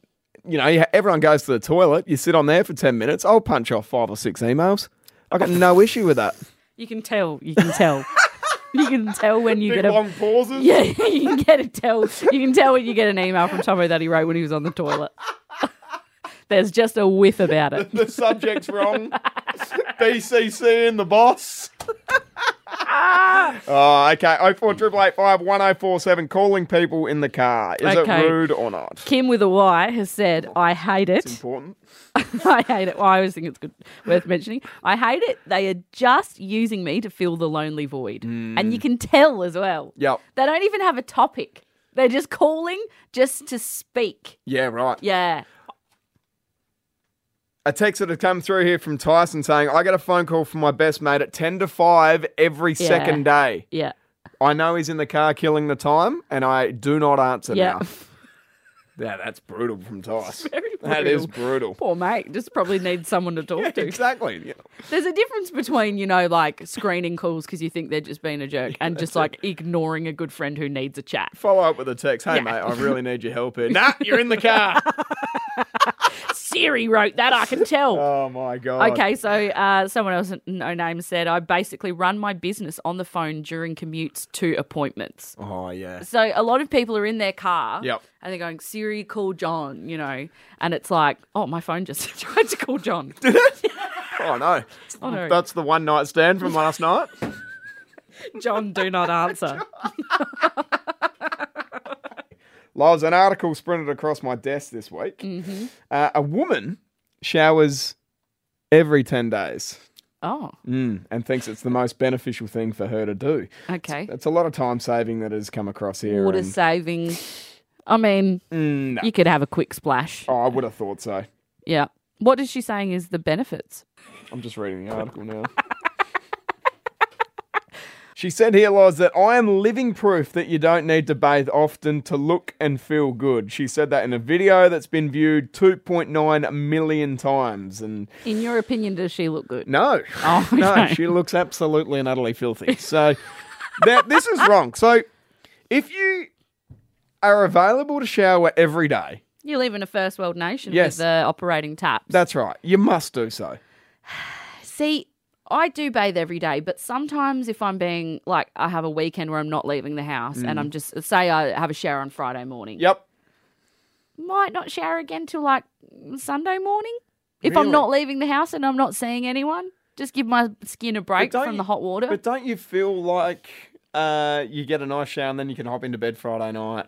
Speaker 2: you know, you- everyone goes to the toilet, you sit on there for 10 minutes, I'll punch off five or six emails. I got no issue with that.
Speaker 3: You can tell. You can tell. you can tell when you get a
Speaker 2: pauses.
Speaker 3: yeah. You can get a tell. You can tell when you get an email from Tomo that he wrote when he was on the toilet. There's just a whiff about it.
Speaker 2: The subject's wrong. BCC and the boss. oh, okay. 04885 1047 oh, calling people in the car. Is
Speaker 3: Okay.
Speaker 2: it rude or not?
Speaker 3: Kim with a Y has said, "I hate it.
Speaker 2: Important.
Speaker 3: I hate it. Well, I always think it's good, worth mentioning. I hate it. They are just using me to fill the lonely void, and
Speaker 2: Mm.
Speaker 3: you can tell as well.
Speaker 2: Yep.
Speaker 3: They don't even have a topic. They're just calling just to speak.
Speaker 2: Yeah, right.
Speaker 3: Yeah.
Speaker 2: A text that had come through here from Tyson saying, I got a phone call from my best mate at 10 to 5 every
Speaker 3: Yeah.
Speaker 2: second day.
Speaker 3: Yeah.
Speaker 2: I know he's in the car killing the time, and I do not answer
Speaker 3: Yeah.
Speaker 2: now. Yeah, that's brutal from Tyson.
Speaker 3: very
Speaker 2: That is brutal.
Speaker 3: Poor mate, just probably needs someone to talk to.
Speaker 2: exactly. Yeah.
Speaker 3: There's a difference between, you know, like screening calls because you think they're just being a jerk and just like ignoring a good friend who needs a chat.
Speaker 2: Follow up with a text. Hey, mate, I really need your help here. nah, you're in the car.
Speaker 3: Siri wrote that, I can tell.
Speaker 2: oh, my God.
Speaker 3: Okay, so uh, someone else, no name, said I basically run my business on the phone during commutes to appointments.
Speaker 2: Oh, yeah.
Speaker 3: So a lot of people are in their car,
Speaker 2: Yep.
Speaker 3: and they're going Siri, call John, you know, and it's like, oh, my phone just tried to call John.
Speaker 2: Oh, no.
Speaker 3: Oh, no.
Speaker 2: That's the one night stand from last night.
Speaker 3: John, do not answer.
Speaker 2: Lives, an article sprinted across my desk this week. Uh, a woman showers every 10 days
Speaker 3: Oh,
Speaker 2: mm, and thinks it's the most beneficial thing for her to do.
Speaker 3: okay.
Speaker 2: It's a lot of time saving that has come across here.
Speaker 3: Water
Speaker 2: and-
Speaker 3: saving. I mean,
Speaker 2: Mm, no.
Speaker 3: you could have a quick splash.
Speaker 2: Oh, I would have thought so.
Speaker 3: Yeah. What is she saying is the benefits?
Speaker 2: I'm just reading the article now. she said here, Loz, that I am living proof that you don't need to bathe often to look and feel good. She said that in a video that's been viewed 2.9 million times. And
Speaker 3: In your opinion, does she look good?
Speaker 2: no,
Speaker 3: Oh,
Speaker 2: no,
Speaker 3: okay.
Speaker 2: she looks absolutely and utterly filthy. So that, this is wrong. So if you are available to shower every day,
Speaker 3: You live in a first world nation
Speaker 2: Yes.
Speaker 3: with the operating taps.
Speaker 2: that's right, you must do so.
Speaker 3: See, I do bathe every day, but sometimes if I'm being like, I have a weekend where I'm not leaving the house and I'm just, say, I have a shower on Friday morning,
Speaker 2: Mm. Yep.
Speaker 3: might not shower again till like Sunday morning. If
Speaker 2: Really?
Speaker 3: I'm not leaving the house and I'm not seeing anyone, just give my skin a break
Speaker 2: don't
Speaker 3: from
Speaker 2: you-
Speaker 3: the hot water.
Speaker 2: But don't you feel like uh, you get a nice shower and then you can hop into bed Friday night?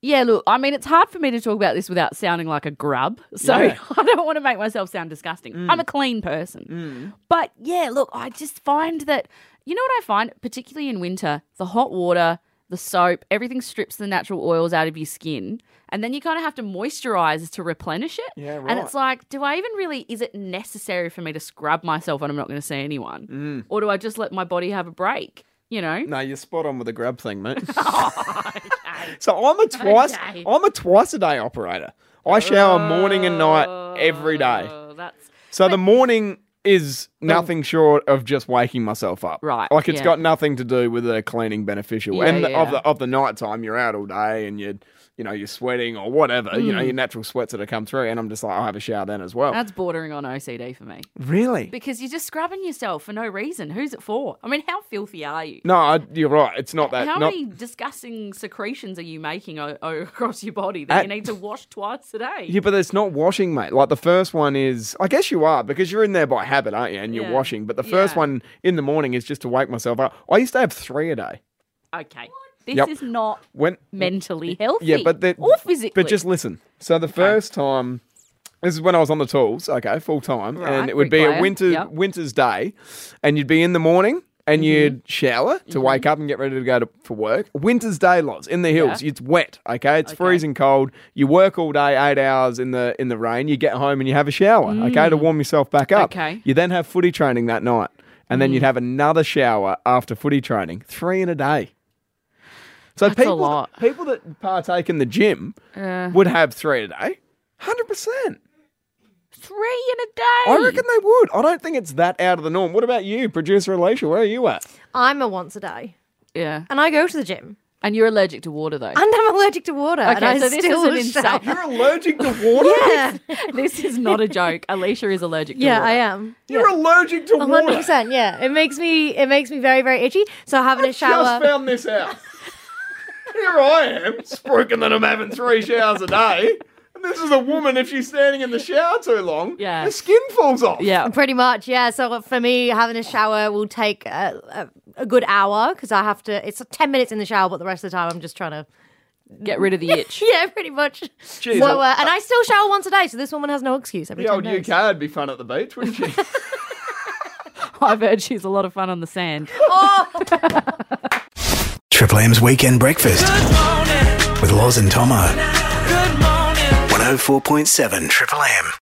Speaker 3: Yeah, look, I mean, it's hard for me to talk about this without sounding like a grub. So
Speaker 2: Yeah. Mm.
Speaker 3: I don't want to make myself sound disgusting. I'm a clean person. But yeah, look, I just find that, you know what I find, particularly in winter, the hot water, the soap, everything strips the natural oils out of your skin. And then you kind of have to moisturize to replenish it.
Speaker 2: Yeah,
Speaker 3: And
Speaker 2: right.
Speaker 3: it's like, do I even really, is it necessary for me to scrub myself when I'm not going to see anyone? Or do I just let my body have a break? You know?
Speaker 2: Mm. No, you're spot on with the grub thing, mate. So I'm a twice.
Speaker 3: Okay.
Speaker 2: I'm a twice a day operator. I shower morning and night every day.
Speaker 3: Oh, that's.
Speaker 2: So the morning is nothing short of just waking myself up.
Speaker 3: Right,
Speaker 2: Like it's
Speaker 3: yeah.
Speaker 2: got nothing to do with the cleaning beneficial.
Speaker 3: Yeah,
Speaker 2: and
Speaker 3: yeah,
Speaker 2: of
Speaker 3: yeah.
Speaker 2: the of the night time, you're out all day and you you know you're sweating or whatever. You know your natural sweats that have come through, and I'm just like I'll have a shower then as well.
Speaker 3: Mm. That's bordering on OCD for me
Speaker 2: really?
Speaker 3: because you're just scrubbing yourself for no reason. Who's it for? I mean, how filthy are you?
Speaker 2: No, I, you're right. It's not that.
Speaker 3: How
Speaker 2: not,
Speaker 3: many disgusting secretions are you making o- o- across your body that you
Speaker 2: At-
Speaker 3: need to wash twice a day?
Speaker 2: Yeah, but it's not washing, mate. Like the first one is, I guess you are because you're in there by habit, aren't you? And you're
Speaker 3: Yeah.
Speaker 2: washing. But the first
Speaker 3: Yeah.
Speaker 2: one in the morning is just to wake myself up. I used to have three a day.
Speaker 3: Okay, this
Speaker 2: Yep.
Speaker 3: is not
Speaker 2: When
Speaker 3: mentally healthy.
Speaker 2: yeah, but the,
Speaker 3: or physically.
Speaker 2: But just listen. So the first time, this is when I was on the tools, okay, full time,
Speaker 3: Right,
Speaker 2: and it would be a
Speaker 3: bricklayer,
Speaker 2: winter
Speaker 3: yep.
Speaker 2: winter's day, and you'd be in the morning. And
Speaker 3: Mm-hmm.
Speaker 2: you'd shower to wake up and get ready to go to, for work. Winter's day, lots in the hills. It's wet. Okay, it's freezing cold. You work all day, eight hours in the in the rain. You get home and you have a shower. Okay, to warm yourself back up.
Speaker 3: Mm. Okay. Mm.
Speaker 2: You then have footy training that night, and then you'd have another shower after footy training, three in a day. So
Speaker 3: a
Speaker 2: people,
Speaker 3: lot.
Speaker 2: That, people that partake in the gym would have three a day, hundred percent.
Speaker 3: Three in a day.
Speaker 2: I reckon they would. I don't think it's that out of the norm. What about you, producer Alicia? Where are you at?
Speaker 5: I'm a once a day,
Speaker 3: Yeah.
Speaker 5: and I go to the gym,
Speaker 3: And you're allergic to water, though.
Speaker 5: and I'm allergic to water. and
Speaker 3: Okay,
Speaker 5: I
Speaker 3: so this
Speaker 5: still
Speaker 3: isn't
Speaker 5: shower.
Speaker 3: insane.
Speaker 2: You're allergic to water.
Speaker 5: Yeah,
Speaker 3: this is not a joke. Alicia is allergic
Speaker 5: yeah,
Speaker 3: to water.
Speaker 5: I am.
Speaker 2: You're allergic to water.
Speaker 5: hundred percent. Yeah, it makes me it makes me very very itchy. So having a
Speaker 2: Just
Speaker 5: shower.
Speaker 2: found this out. Here I am, spruiking that I'm having three showers a day. And this is a woman, if she's standing in the shower too long,
Speaker 3: Yeah.
Speaker 2: her skin falls off.
Speaker 3: Yeah.
Speaker 5: Pretty much, yeah. So for me, having a shower will take a, a, a good hour because I have to. It's ten minutes in the shower, but the rest of the time I'm just trying to.
Speaker 3: Get rid of the itch.
Speaker 5: Yeah, pretty much.
Speaker 2: Jeez, oh,
Speaker 5: so,
Speaker 2: I-
Speaker 5: uh, and I still shower once a day, so this woman has no excuse. Every
Speaker 2: The old
Speaker 5: 10 days.
Speaker 2: UK would be fun at the beach, wouldn't she?
Speaker 3: I've heard she's a lot of fun on the sand.
Speaker 1: Triple M's Weekend Breakfast oh with Loz and Tomo. 104.7 Triple M.